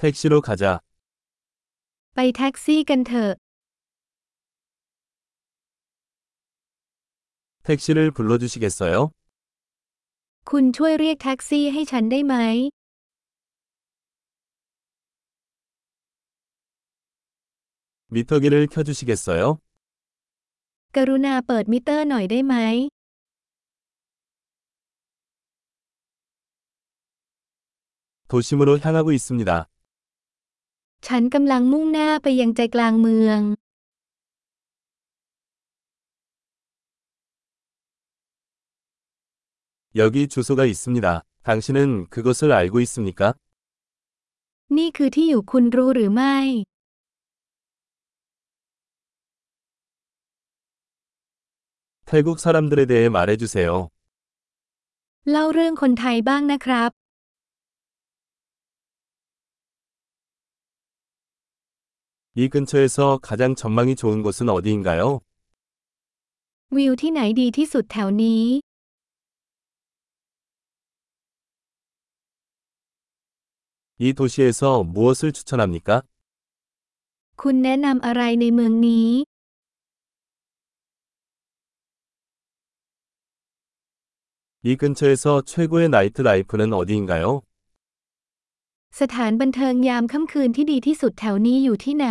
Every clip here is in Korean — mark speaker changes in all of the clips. Speaker 1: 택시로 가자.
Speaker 2: ไปแท็กซี่กันเถอะ
Speaker 1: 택시를 불러주시겠어요?
Speaker 2: คุณช่วยเรียกแท็กซี่ให้ฉันได้ไหม
Speaker 1: 미터기를 켜주시겠어요?
Speaker 2: กรุณาเปิดมิเตอร์หน่อยได้ไหม
Speaker 1: 도심으로 향하고 있습니다.
Speaker 2: ฉันกำลังมุ่งหน้าไปยังใจกลางเมือง
Speaker 1: 여기 주소가 있습니다. 당신은 그것을 알고 있습니까?
Speaker 2: นี่คือที่อยู่คุณรู้หรือไม่
Speaker 1: 태국 사람들에 대해 말해주세요.
Speaker 2: เล่าเรื่องคนไทยบ้างนะครับ
Speaker 1: 이 근처에서 가장 전망이 좋은 곳은 어디인가요?
Speaker 2: วิวที่ไหนดีที่สุดแถวนี้
Speaker 1: 이 도시에서 무엇을 추천합니까?
Speaker 2: คุณแนะนำอะไรในเมืองนี้
Speaker 1: 이 근처에서 최고의 나이트 라이프는 어디인가요?
Speaker 2: สถานบันเทิงยามค่ำคืนที่ดีที่สุดแถวนี้อยู่ที่ไหน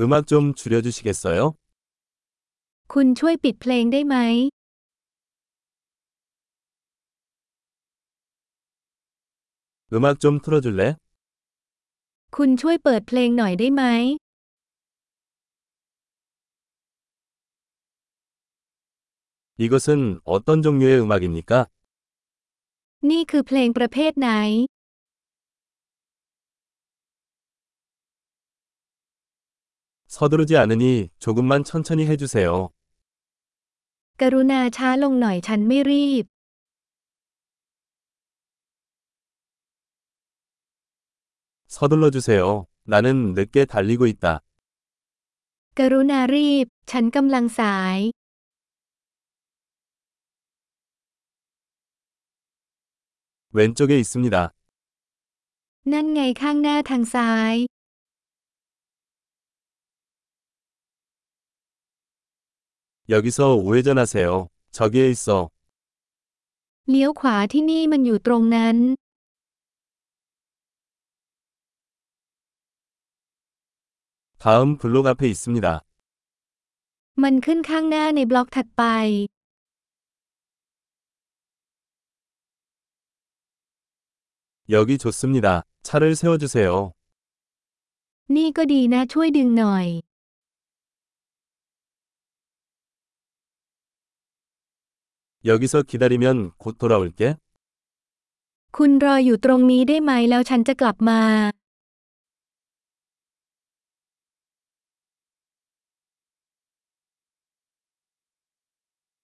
Speaker 1: 음악 좀 줄여주시겠어요?
Speaker 2: คุณช่วยปิดเพลงได้ไหม
Speaker 1: 음악 좀 틀어줄래?
Speaker 2: คุณช่วยเปิดเพลงหน่อยได้ไหม
Speaker 1: 이것은 어떤 종류의 음악입니까?
Speaker 2: นี่คือเพลงประเภทไหน
Speaker 1: 서두르지 않으니 조금만 천천히 해주세요.
Speaker 2: กรุณาช้าลงหน่อยฉันไม่รีบ
Speaker 1: 서둘러 주세요. 나는 늦게 달리고 있다.
Speaker 2: กรุณารีบ ฉันกำลังสาย
Speaker 1: 왼쪽에 있습니다.
Speaker 2: นั่นไงข้างหน้าทางซ้าย
Speaker 1: 여기서 우회전하세요. 저기에 있어.
Speaker 2: เลี้ยวขวาที่นี่มันอยู่ตรงนั้น
Speaker 1: 다음 블록 앞에 있습니다.
Speaker 2: มันขึ้นข้างหน้าในบล็อกถัดไป
Speaker 1: 여기 좋습니다. 차를 세워주세요.
Speaker 2: นี่ก็ดีนะช่วยดึงหน่อย
Speaker 1: 여기서 기다리면 곧 돌아올게.
Speaker 2: คุณรออยู่ตรงนี้ได้ไหมแล้วฉันจะกลับมา